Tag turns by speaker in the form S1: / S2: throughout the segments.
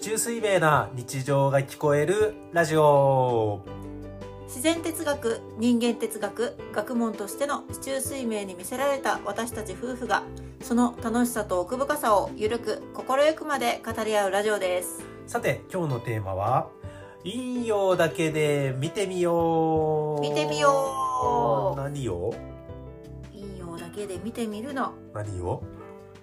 S1: 中水平な日常が聞こえるラジオ
S2: 自然哲学人間哲学学問としての市中水明に魅せられた私たち夫婦がその楽しさと奥深さをゆるく心ゆくまで語り合うラジオです
S1: さて今日のテーマは「陰陽だけで見てみよう」
S2: 見てみよう
S1: 何を
S2: 陰陽だけで見てみるの
S1: 何を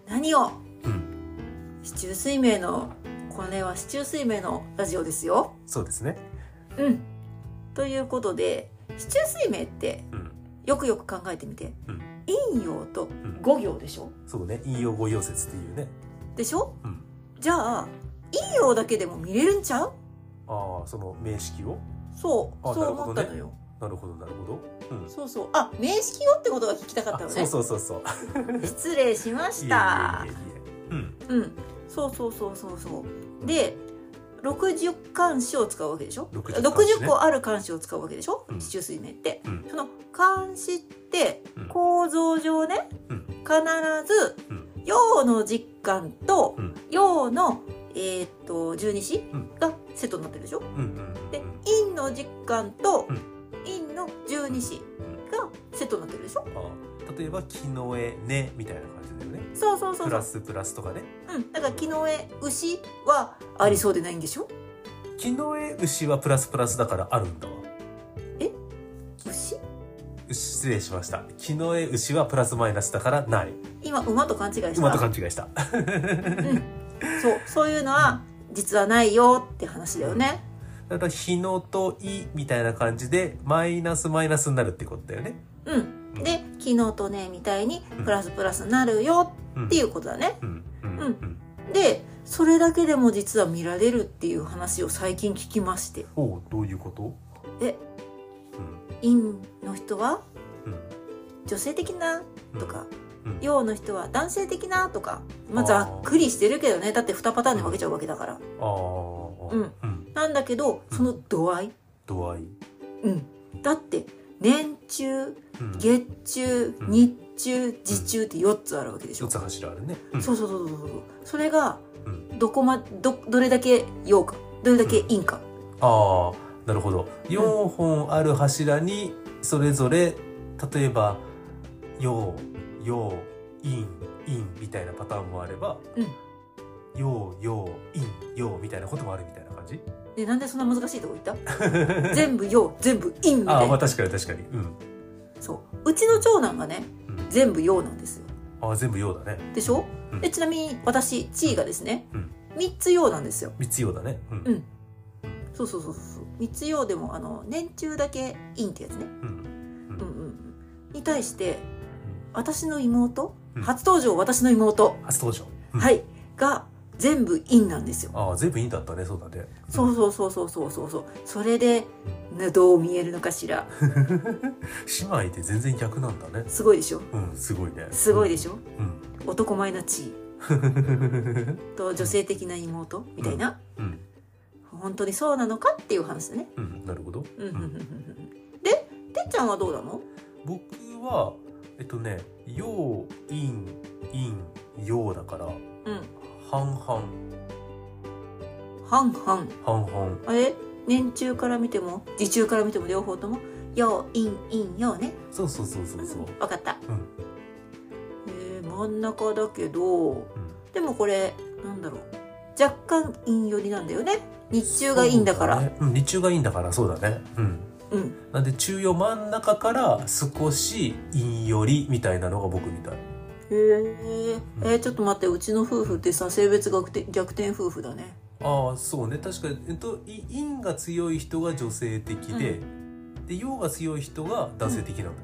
S2: 何を
S1: うん
S2: 市中水明のこれは市中水明のラジオですよ
S1: そうですね
S2: うんということで市中水明って
S1: うん
S2: よくよく考えてみて、
S1: うん
S2: 陰陽と五行でしょ
S1: そうね陰陽五陽説っていうね
S2: でしょ、
S1: うん
S2: じゃあ陰陽だけでも見れるんちゃう
S1: ああその名式を
S2: そう
S1: あ
S2: そう
S1: なる
S2: 思
S1: ほ
S2: っ
S1: ど
S2: た
S1: ね
S2: のよ、
S1: なるほどなるほどうん
S2: そうそうあ名式をってことが聞きたかった
S1: あ
S2: の
S1: そ
S2: ね
S1: うそうそうそう
S2: 失礼し
S1: いえいえいえ
S2: ま
S1: い
S2: した
S1: えうん
S2: うんそうそうそうそうそうで60漢詩を使うわけでしょ
S1: 60
S2: 60,
S1: 漢詩ね
S2: 個ある漢詩を使うわけでしょ
S1: うん
S2: 四柱推命って、
S1: うん
S2: その漢詩って
S1: うん
S2: 構造上ね、
S1: うん
S2: 必ず
S1: うん
S2: 陽の実感と
S1: うん
S2: 陽の、えーっと十二支
S1: うん
S2: がセットになってるでしょ
S1: うんうんうん
S2: で陰の実感と
S1: うん
S2: 陰の十二支がセットになってるでしょ
S1: ああ例えば「木の絵ね」みたいな感じだよね
S2: そうそうそう
S1: プ
S2: そ
S1: ラ
S2: う
S1: スプラスとかね
S2: うんだから木の絵牛はありそうでないんでしょ
S1: 木の絵牛はプラスプラスだからあるんだわ
S2: 牛
S1: 牛失礼しました木の絵牛はプラスマイナスだからない
S2: 今馬と勘違いした
S1: 馬と勘違いした
S2: うん、そうそういうのは実はないよって話だよね
S1: だから日のといみたいな感じでマイナスマイナスになるってことだよね
S2: うんで昨日とねみたいにプラスプラスになるよ
S1: うん
S2: っていうことだね
S1: うんうん
S2: う
S1: うんん
S2: でそれだけでも実は見られるっていう話を最近聞きまして
S1: おうどういうこと
S2: え
S1: うん
S2: 陰の人は
S1: うん
S2: 女性的な
S1: うん
S2: とか
S1: うん
S2: 陽の人は男性的なとかまあ
S1: あー
S2: ざっくりしてるけどねだって2パターンに分けちゃうわけだから
S1: ああ
S2: うん
S1: うん
S2: なんだけどその度合い
S1: 度合い
S2: うんだって年中
S1: うん
S2: 月中
S1: うん
S2: 日中時中って4つあるわけでしょ、
S1: 四つ柱あるねうん
S2: そうそうそうそうそうそれが
S1: うん
S2: どこまどどれだけ陽かどれだけ陰か、
S1: ああなるほど4本ある柱にそれぞれ例えば「陽」「陽」「陰」「陰」みたいなパターンもあれば
S2: うん
S1: 「陽」「陽」「陰」「陽」みたいなこともあるみたいな感じ
S2: でなんでそんな難しいとこ言った 全部陽全部陰み
S1: あ
S2: た
S1: あ
S2: い
S1: まあ
S2: な
S1: 確かに確かにうん、
S2: そううちの長男がね
S1: うん、
S2: 全部陽なんですよ
S1: ああ全部陽だね
S2: でしょ、
S1: うん
S2: でちなみに私地位がですね、
S1: うん
S2: 3つ陽なんですよ
S1: 三つ陽だねうん
S2: うんそうそうそうそう3つ陽でもあの年中だけ陰ってやつ
S1: うん
S2: ねうんうんうんに対して私の妹、
S1: うん
S2: 初登場私の妹
S1: 初登場、うん
S2: はい、が全部陰なんですよ。
S1: ああ全部陰だったねそうだね
S2: そうそうそうそうそうそうそう。それで、ね、どう見えるのかしら。
S1: 姉妹って全然逆なんだね
S2: すごいでしょ。
S1: うんすごいね
S2: すごいで
S1: し
S2: しょ。
S1: ょ、うん
S2: 男前な 地
S1: うん、
S2: 位と女性的な妹みたいな。
S1: うん
S2: 本当にそうなのかっていう話だね。
S1: うんなるほど
S2: うんう
S1: ん
S2: んうんうんうん。で、てっちゃんはどうなの？
S1: 僕はえっとね陽陰陰陽だから
S2: うん。
S1: 半々
S2: 半々。
S1: 半々
S2: あれ？年中から見ても時中から見ても両方とも陽陰陰陽ね。
S1: そうそうそうそうそう、
S2: んわかった。
S1: うん
S2: えー真ん中だけど。
S1: うん、
S2: でもこれなんだろう若干陰寄りなんだよね日中が陰だからう
S1: そうねうん、日中が陰だからそうだねうん
S2: ん
S1: なんで中陽真ん中から少し陰よりみたいなのが僕みたい
S2: へーえーちょっと待ってうちの夫婦ってさ性別が逆転逆転夫婦だね
S1: ああそうね確かに、えっと、い陰が強い人が女性的で、で陽が強い人が男性的なんだっ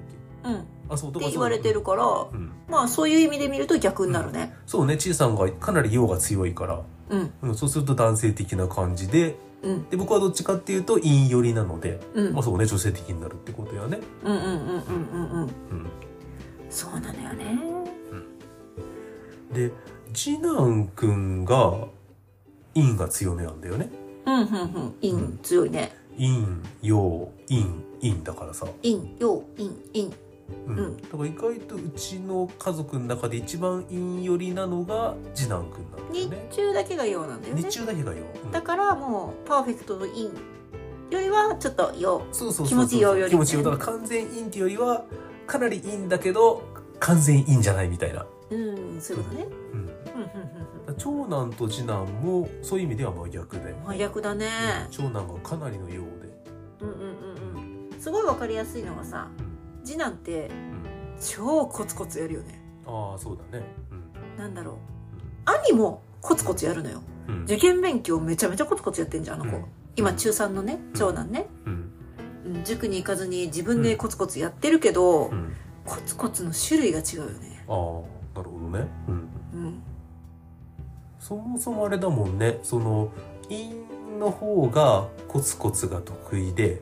S2: うんっ
S1: け、あそうだ
S2: て
S1: から
S2: 言われてるから
S1: うん、
S2: まあそういう意味で見ると逆になるね
S1: そうねちいさんがかなり陽が強いから、
S2: うん
S1: うん、そうすると男性的な感じで
S2: うん
S1: で僕はどっちかっていうと陰寄りなので、
S2: うん
S1: まあそうね女性的になるってことやね、
S2: うんうんうんうんうんうん
S1: う
S2: そうなのよね
S1: ん、で次男くんが陰が強めなんだよね
S2: うんうんうん陰強いね
S1: 陰陽陰陰だからさ
S2: 陰陽陰陰
S1: うん
S2: うん
S1: だから意外とうちの家族の中で一番陰寄りなのが次男くんなんだ
S2: 日
S1: よね
S2: 中だけが陽なんだよね
S1: 日中だけがよ、うん
S2: だからもうパーフェクトの陰よりはちょっと陽
S1: そうそうそうそう
S2: 気持ちよより
S1: 気持ちよだから完全陰っていうよりはかなり陰だけど完全陰じゃないみたいな、
S2: うんそういうことね
S1: うん、だか
S2: うんうん
S1: ら長男と次男もそういう意味では真逆で、
S2: うん真逆だね
S1: うん長男がかなりのようで、
S2: うんうんうんうんすごいわかりやすいのがさ次男って
S1: うん、
S2: 超コツコツやるよね
S1: ああそうだねうん
S2: なんだろう兄もコツコツやるのよ
S1: うん
S2: 受験勉強めちゃめちゃコツコツやってんじゃんあの子、
S1: うん
S2: 今中3のね長男ね、
S1: うん
S2: うん塾に行かずに自分でコツコツやってるけど、
S1: うん
S2: コツコツの種類が違うよね
S1: ああなるほどねうん
S2: うん
S1: そもそもあれだもんねその陰の方がコツコツが得意で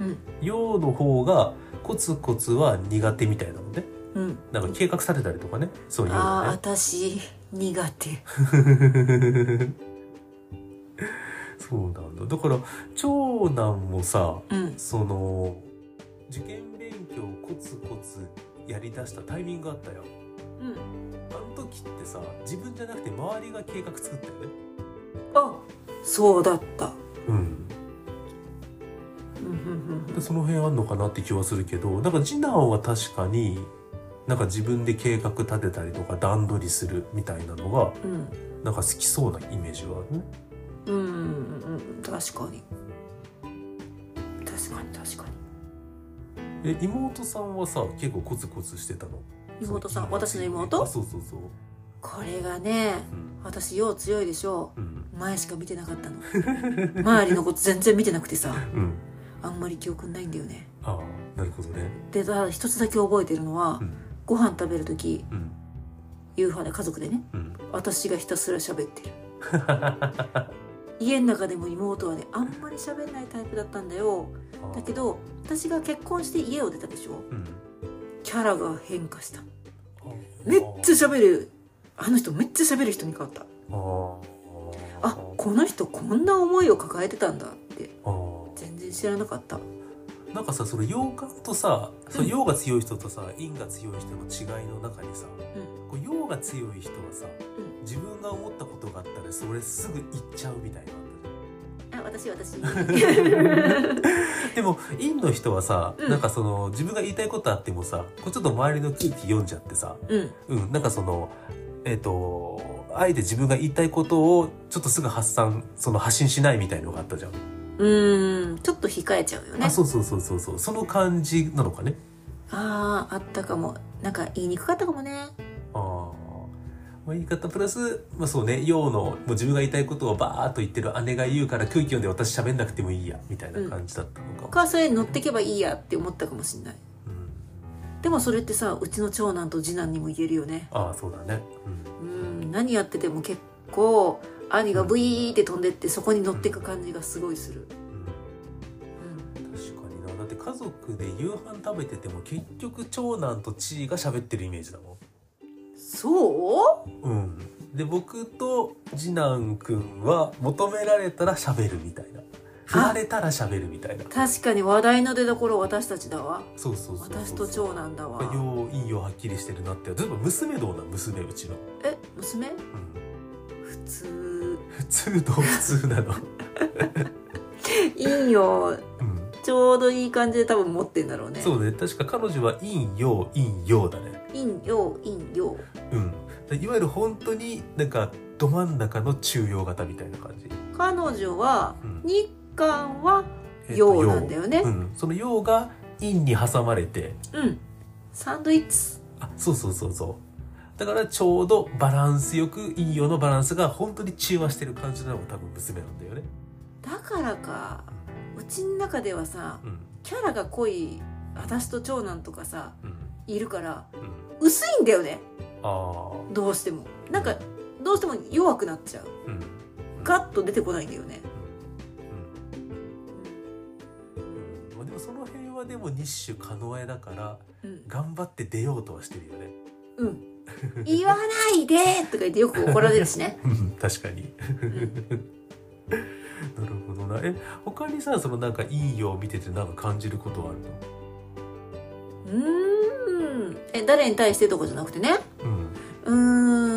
S2: うん
S1: 陽の方がコツコツは苦手みたいなのね
S2: うん
S1: なんか計画されたりとかねそういう
S2: あ
S1: の
S2: あ
S1: ね
S2: 私苦手
S1: そうなんだだから長男もさ
S2: うん
S1: その受験勉強をコツコツやりだしたタイミングがあったよ
S2: うん
S1: あの時ってさ自分じゃなくて周りが計画作ったよね
S2: あそうだった
S1: うん
S2: うんうんうん
S1: でその辺あんのかなって気はするけどなんか次男は確かになんか自分で計画立てたりとか段取りするみたいなのが
S2: うん
S1: なんか好きそうなイメージはあるね。
S2: うんうんうん確かに確かに確か
S1: え妹さんはさ結構コツコツしてたの
S2: に妹さ
S1: そイ
S2: ん
S1: メージ
S2: 私の妹
S1: あそうそうそう。
S2: これがね
S1: うん
S2: 私よう強いでしょ
S1: うん
S2: 前しか見てな かったの周りのこと全然見てなくてさ
S1: うん、
S2: あんまり記憶ないんだよね
S1: ああなるほどね。
S2: でただ一つだけ覚えてるのは、
S1: うん
S2: ご飯食べる時
S1: うん
S2: 夕飯で家族でね
S1: うん。
S2: 私がひたすら喋って る家の中でも妹はねあんまり喋んないタイプだったんだよ
S1: あ
S2: だけど私が結婚して家を出たでしょ
S1: うん、
S2: キャラが変化した
S1: あ
S2: めっちゃ喋るあの人めっちゃ喋る人に変わった
S1: あー
S2: あこの人こんな思いを抱えてたんだって
S1: あー
S2: 全然知らなかった
S1: なんかさその洋感とさそう
S2: うん
S1: 陽が強い人とさ陰が強い人の違いの中にさ、こう陽が強い人はさ、
S2: う
S1: 自分が思ったことがあったらそれすぐ言っちゃうみたいなのあったじ
S2: あ私 私
S1: ゃんでも陰の人はさ、
S2: うん
S1: なんかその自分が言いたいことあってもさこうちょっと周りの空気読んじゃってさ
S2: うん
S1: うんなんかそのえっ、とあえて自分が言いたいことをちょっとすぐ発散その発信しないみたいのがあったじゃん、
S2: うーんちょっと控えちゃうよね
S1: あそうそうそうそうそうその感じなのかね
S2: あーあったかもなんか言いにくかったかもね
S1: ああ、まあ、言い方プラス、まあ、そうね陽のもう自分が言いたいことをバーっと言ってる姉が言うから空気読んで私喋んなくてもいいやみたいな感じだったの
S2: 僕
S1: か、
S2: はそれに乗ってけばいいやって思ったかもしんない
S1: うん
S2: でもそれってさうちの長男と次男にも言えるよね
S1: ああそうだね、
S2: うん何やってても結構兄がブイーって飛んでってそこに乗ってく感じがすごいする、
S1: うんうん、確かになだって家族で夕飯食べてても結局長男と地位が喋ってるイメージだもん
S2: そう
S1: うんで僕と次男くんは求められたら喋るみたいな振られたら喋るみたいな
S2: 確かに話題の出どころ私たちだわ
S1: そうそうそうそう
S2: 私と長男だわ
S1: 要因用はっきりしてるなって例えば娘どうなん娘うちの、
S2: え娘
S1: うん、
S2: 普通
S1: 普通どう普通 なの、
S2: 陰陽
S1: うん、
S2: ちょうどいい感じで多分持ってんだろうね
S1: そうね確か彼女は陰陽陰陽だね
S2: 陰陽陰陽
S1: うんでいわゆる本当になんかど真ん中の中央型みたいな感じ、
S2: 彼女は
S1: うん
S2: 日韓は
S1: えっと
S2: 陽なんだよね
S1: 陽うん、その陽が陰に挟まれて
S2: うんサンドイッチ
S1: あそうそうそうそうだからちょうどバランスよく陰陽のバランスが本当に中和してる感じなのが多分娘なんだよね
S2: だからかうちの中ではさ
S1: うん
S2: キャラが濃い私と長男とかさ
S1: うん
S2: いるから
S1: うん
S2: 薄いんだよね
S1: ああ
S2: どうしてもなんかどうしても弱くなっちゃう
S1: うん
S2: ガッと出てこないんだよね
S1: うんまあでもその辺はでも日種可能だから
S2: うん
S1: 頑張って出ようとはしてるよね
S2: うん言わないでとか言ってよく怒られるしね、
S1: 確かに
S2: うん
S1: なるほどなえ他にさそのなんか陰陽を見ててなんか感じることはある
S2: うー誰に対してとかじゃなくてね
S1: うん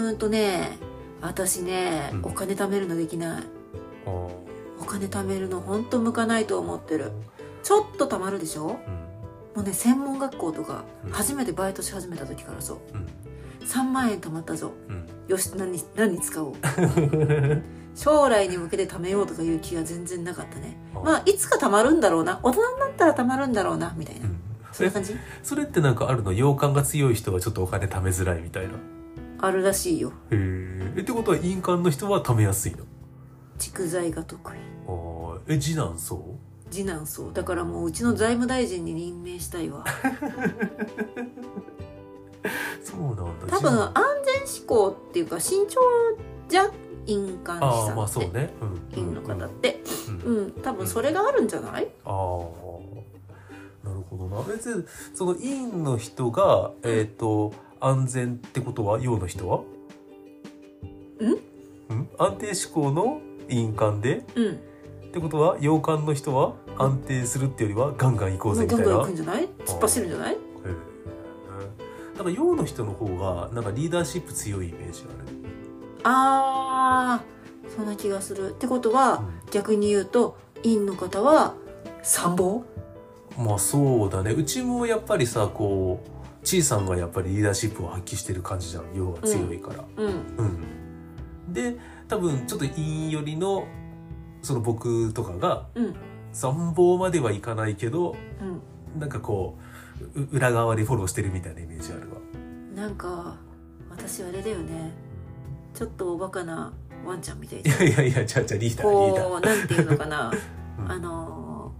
S2: うーんとね私ね、
S1: うん
S2: お金貯めるのできない
S1: あー
S2: お金貯めるのほんと向かないと思ってるちょっと貯まるでしょ
S1: うん
S2: もうね専門学校とか
S1: うん
S2: 初めてバイトし始めた時からそう
S1: うん
S2: 3万円貯まったぞ
S1: うん
S2: よし何に何に 使おう将来に向けて貯めようとかいう気が全然なかったね
S1: あー
S2: まあいつか貯まるんだろうな大人になったら貯まるんだろうなみたいな、
S1: うん
S2: そんな感じ
S1: それってなんかあるの洋館が強い人はちょっとお金貯めづらいみたいなへ
S2: あるらしいよ
S1: えってことは印鑑の人は貯めやすいの
S2: 蓄財が得意
S1: あーえ次男そ
S2: 次男そうだからもううちの財務大臣に任命した いわ
S1: うそうなんだ
S2: 多分安全志向っていうか慎重じゃん印鑑
S1: ああーま
S2: 資
S1: あそ
S2: 産
S1: う
S2: って
S1: ねう
S2: 院
S1: ん
S2: の方って
S1: うんうん
S2: うん多分それがあるんじゃない
S1: ああなるほどな別にその院の人がえっ、と安全ってことは洋の人はん安定志向の印鑑で
S2: うん
S1: ってことは洋館の人は安定するってよりはガンガン行こうぜ
S2: ガン
S1: みた
S2: ガン
S1: いな
S2: 行くんじゃない突っ走るんじゃない
S1: へえなんか洋の人の方がなんかリーダーシップ強いイメージある
S2: あーそんな気がするってことは逆に言うと院の方は参謀
S1: まあそうだねうちもやっぱりさこうちいさんがやっぱりリーダーシップを発揮してる感じじゃん洋が強いから、
S2: うん
S1: うんで多分ちょっと陰寄りのその僕とかが
S2: うん
S1: 参謀まではいかないけど
S2: う
S1: なんかこうう裏側でフォローしてるみたいなイメージあるわ
S2: んなんか私あれだよねちょっとおバカなワンちゃんみたい
S1: い
S2: な
S1: やいやいやじゃあじゃあリーダーリーダー
S2: こうなんていうのか な
S1: うん
S2: あの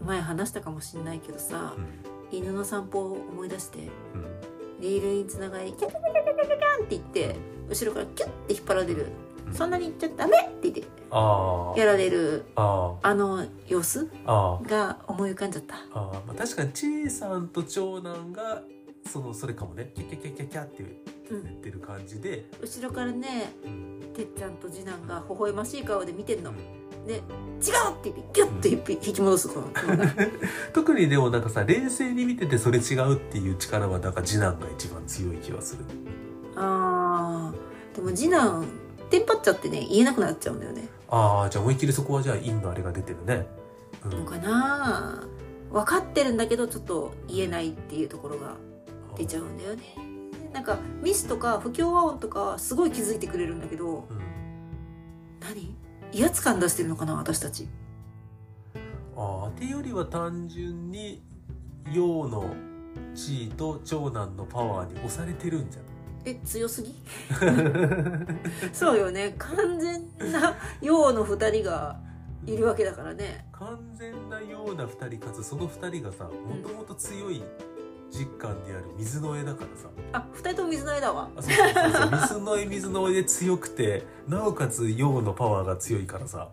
S2: ー前話したかもしんないけどさ
S1: うん
S2: 犬の散歩を思い出して
S1: うん
S2: リールにつながりキャキャキャキャキャキャンって言って後ろからキュッて引っ張られる
S1: うん
S2: そんなに言っちゃダメって言って
S1: あー
S2: やられる
S1: あー
S2: あの様子
S1: あー
S2: が思い浮かんじゃった
S1: あーまあ確かにちいさんと長男がそのそれかもねキャキャキャキャキャって言ってる感じで、
S2: 後ろからね
S1: うん
S2: てっちゃんと次男が微笑ましい顔で見てんので違うって言ってギュッて引き引き戻す このこの
S1: 特にでもなんかさ冷静に見ててそれ違うっていう力はなんか次男が一番強い気はする
S2: あーでも次男テンパっちゃってね言えなくなっちゃうんだよね
S1: ああじゃあ思いっきりそこはじゃあインのあれが出てるね、うん
S2: のかな分かってるんだけどちょっと言えないっていうところが出ちゃうんだよねなんかミスとか不協和音とかすごい気づいてくれるんだけど
S1: うん
S2: 何威圧感出してるのかな私たち
S1: ああっていうよりは単純に陽の地位と長男のパワーに押されてるんじゃ
S2: え強 すぎ
S1: ない
S2: そうよね完全な陽の2人がいるわけだからね
S1: 完全なような2人かつその2人がさもともと強い実感である水の絵だからさ
S2: あ二2人とも水の絵だわ
S1: あそうそうそうそう水 の絵水の絵で強くてなおかつ陽のパワーが強いからさ、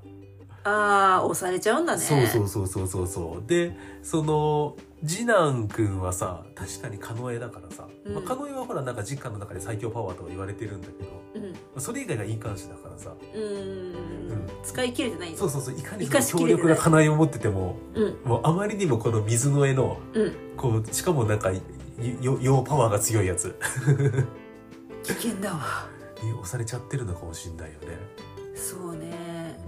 S2: あー押されちゃうんだね
S1: そうそうそうそうそうそうでその次男くんはさ確かに狩野絵だからさ、
S2: うん
S1: まあ、狩野絵はほらなんか実家の中で最強パワーとは言われてるんだけどま
S2: うんう
S1: あそれ以外がいい感じだからさ
S2: ーん
S1: うん
S2: 使い切れてない
S1: そうそうそういかに
S2: 生かし
S1: そ
S2: き
S1: の強
S2: れてない
S1: 力な金井を持ってても
S2: うん
S1: もうあまりにもこの水の絵の
S2: うん
S1: こうしかもなんかよよよパワーが強いやつ
S2: 危険だわ
S1: に押されちゃってるのかもしんないよね
S2: そうね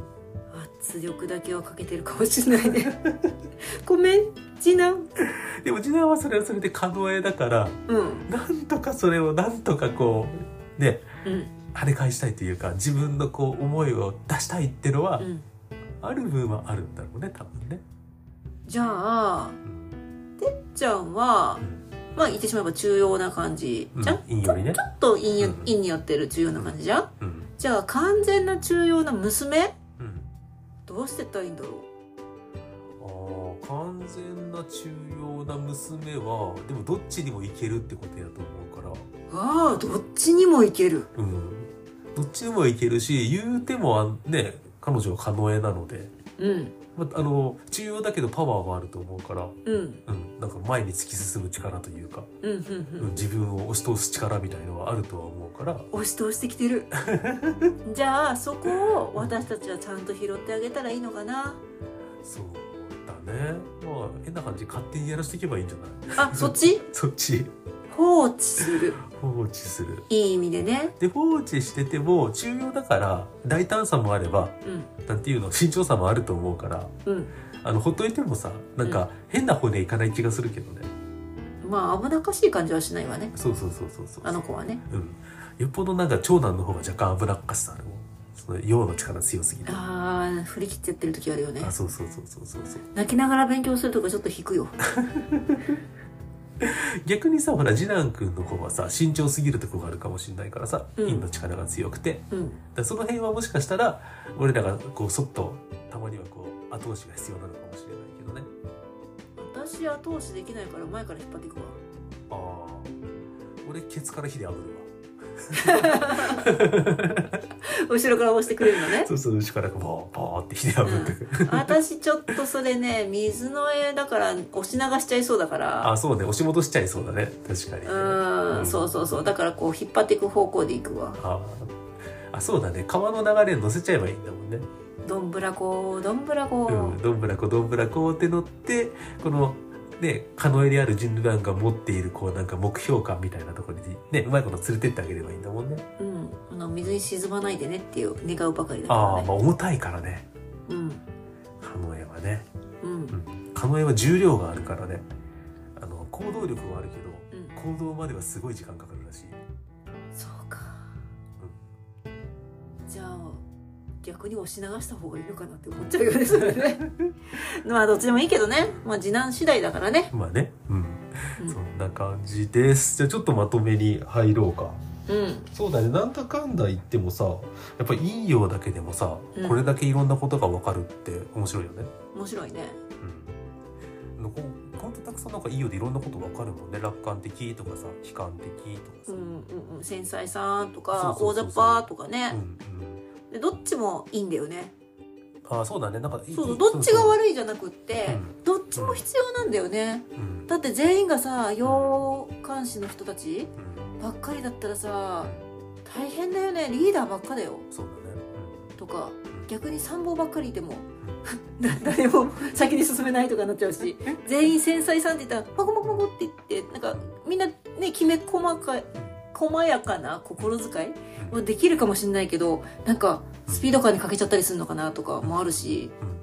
S2: 圧力だけはかけてるかもしれないね ごめん次男
S1: でも次男はそれはそれで可能絵だから
S2: うん
S1: なんとかそれをなんとかこうね
S2: うん
S1: 跳ね返したいというか自分のこう思いを出したいってのは、
S2: うん
S1: ある分はあるんだろうね多分ね、
S2: じゃ
S1: う
S2: あ
S1: ん
S2: ちゃんはまあ言ってしまえば中央な感じ
S1: うん
S2: じゃん、
S1: いいよりね
S2: ちょっと陰よ
S1: うん
S2: 陰によってる中央な感じじゃん
S1: うん
S2: じゃあ完全な中央な娘
S1: うん
S2: どうしてったらいいんだろう
S1: あー完全な中庸な娘はでもどっちにもいけるってことやと思うから
S2: ああどっちにもいける
S1: うん、どっちでもいけるし言うてもあんね彼女は可能絵なので、
S2: うん
S1: まあ、あの中央だけどパワーはあると思うから、
S2: うん
S1: うん、なんか前に突き進む力というか、
S2: うんうん
S1: う
S2: うんん
S1: 自分を押し通す力みたいのはあるとは思うから
S2: 押し通してきてるじゃあそこを私たちはちゃんと拾ってあげたらいいのかな
S1: そうだねまあ変な感じ勝手にやらせていけばいいんじゃない
S2: あそっち
S1: そっち
S2: 放置する
S1: 放置する
S2: いい意味でね
S1: で放置してても中庸だから大胆さもあれば
S2: うん
S1: なんていうの慎重さもあると思うから
S2: うん
S1: あのほっといてもさなんか変な方にはいかない気がするけどね、
S2: まあ危なっかしい感じはしないわね
S1: そうそうそうそうそう
S2: あの子はね
S1: うんよっぽどなんか長男の方が若干危なっかしさあるもんその陽の力強すぎて
S2: ああ振り切ってやってる時あるよね
S1: あそうそうそうそうそうそう
S2: 泣きながら勉強するとかちょっと引くよ
S1: 逆にさほら次男君の方はさ慎重すぎるとこがあるかもしれないからさ
S2: うん
S1: 陰、の力が強くてだか
S2: うん
S1: らその辺はもしかしたら俺らがこうそっとたまにはこう後押しが必要なのかもしれないけどね
S2: 私後押しできないから前から引っ張っていくわ
S1: ああ俺ケツから火で炙るわ
S2: 後ろから押してくれるのね
S1: そうそう後からこうバーバーって火で炙ってく、
S2: 私ちょっとそれね水の絵だから押し流しちゃいそうだから
S1: あそうね押し戻しちゃいそうだね確かにね、
S2: うんそうそうそうだからこう引っ張っていく方向でいくわ
S1: ああそうだね川の流れに乗せちゃえばいいんだもんね
S2: どんぶらこどんぶらこ、
S1: うん、どんぶらこどんぶらこって乗ってこのね可能である人類団が持っているこうなんか目標感みたいなところにねうまいこと連れてってあげればいいんだもんね
S2: うん、あの水に沈まないでねっていう願うばかりだから
S1: ああ
S2: ね、
S1: まあ重たいからね
S2: うん
S1: 可能はね
S2: うん
S1: 可能は重量があるからねあの行動力はあるけど
S2: うん
S1: 行動まではすごい時間かかるらしい
S2: そうかじゃあ逆に押し流した方がいいのかなって思っちゃうよねそれ ねまあどっちでもいいけどねまあ次男次第だからね
S1: まあねうん
S2: うん
S1: そんな感じですじゃあちょっとまとめに入ろうか
S2: うん
S1: そうだねなんだかんだ言ってもさやっぱ陰陽だけでもさ、
S2: うん
S1: これだけいろんなことが分かるって面白いよね
S2: 面白いね
S1: うん、なんかほんとたくさんなんかいいようでいろんなこと分かるもんね楽観的とかさ悲観的とか
S2: う
S1: さ、
S2: んうんうん繊細さんとか
S1: そうそ
S2: 大雑
S1: うそうそう
S2: 把とかね
S1: うん、
S2: でどっちもいいんだよね
S1: うんあそうだねなんかいい
S2: そうどっちが
S1: い
S2: 悪いじゃなくって
S1: うん
S2: どっちも必要なんだよね
S1: そうそううん
S2: だって全員がさ要監視の人たちばっかりだったらさ大変だよねリーダーばっかだよ
S1: うんそうだね
S2: とか
S1: うんうん
S2: 逆に参謀ばっかりいても な誰も先に進めないとかなっちゃうし全員繊細さんって言ったら「マコマコマコ」って言ってなんかみんなねきめ細かい細やかな心遣い
S1: うん
S2: はできるかもしれないけどなんかスピード感に欠けちゃったりするのかなとかもあるし
S1: うん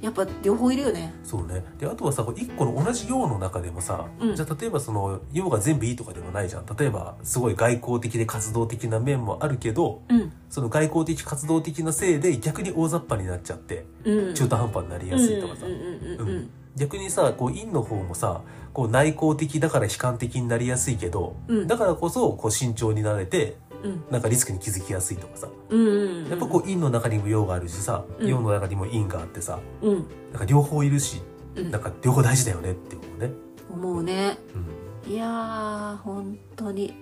S2: やっぱ両方いるよね。
S1: そうねであとはさこれ一個の同じ用の中でもさ、
S2: うん
S1: じゃあ例えばその用が全部いいとかでもないじゃん例えばすごい外交的で活動的な面もあるけど
S2: うん
S1: その外交的活動的なせいで逆に大雑把になっちゃって
S2: うん
S1: 中途半端になりやすいとかさ、
S2: うんうんうんうん
S1: 逆にさこう陰の方もさこう内向的だから悲観的になりやすいけど、
S2: うん
S1: だからこそこう慎重になれて
S2: うん
S1: なんかリスクに気づきやすいとかさ
S2: うんうんうん
S1: やっぱこう陰の中にも陽があるしさ、
S2: うん
S1: 陽の中にも陰があってさ
S2: う、うん
S1: なんか両方いるし
S2: うん
S1: なん、か両方大事だよねって思うね。
S2: 思うね
S1: うん
S2: いやー本当に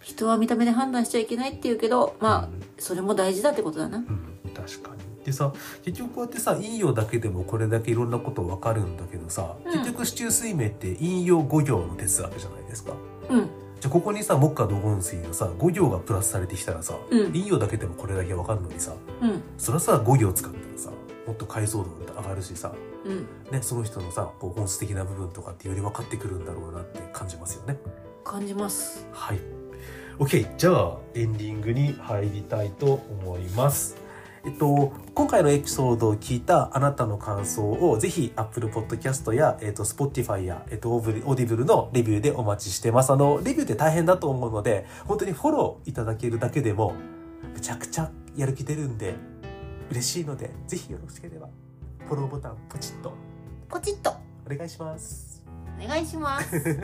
S2: 人は見た目で判断しちゃいけないっていうけどまあそれも大事だってことだな
S1: うん確かにでさ結局こうやってさ陰陽だけでもこれだけいろんなこと分かるんだけどさ、
S2: うん
S1: 結局四柱推命って陰陽五行の哲学じゃないですか。
S2: うん
S1: じゃあここにさ木下土金水のさ5行がプラスされてきたらさ、
S2: うん
S1: 陰陽だけでもこれだけわかるのにさ
S2: うん
S1: そりゃさ5行使ったらさもっと解像度が上がるしさ、
S2: うん
S1: ね、その人のさこう本質的な部分とかってより分かってくるんだろうなって感じますよね。
S2: 感じます
S1: はい OK じゃあエンディングに入りたいと思います。えっと、今回のエピソードを聞いたあなたの感想をぜひ Apple Podcast や、えっと、Spotify や、えっと、オーディブルのレビューでお待ちしてます。あの、レビューって大変だと思うので、本当にフォローいただけるだけでも、めちゃくちゃやる気出るんで、嬉しいので、ぜひよろしければ、フォローボタンポチッと
S2: ポチッと
S1: お願いします。
S2: お願いします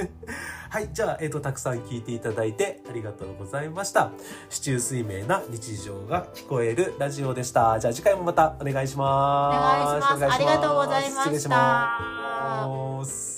S1: はい、じゃあ、えっ、と、たくさん聞いていただいてありがとうございました。市中水明な日常が聞こえるラジオでした。じゃあ、次回もまたお願いし
S2: お願いし
S1: ます。
S2: ますありがとうございま
S1: 失礼
S2: し
S1: したます。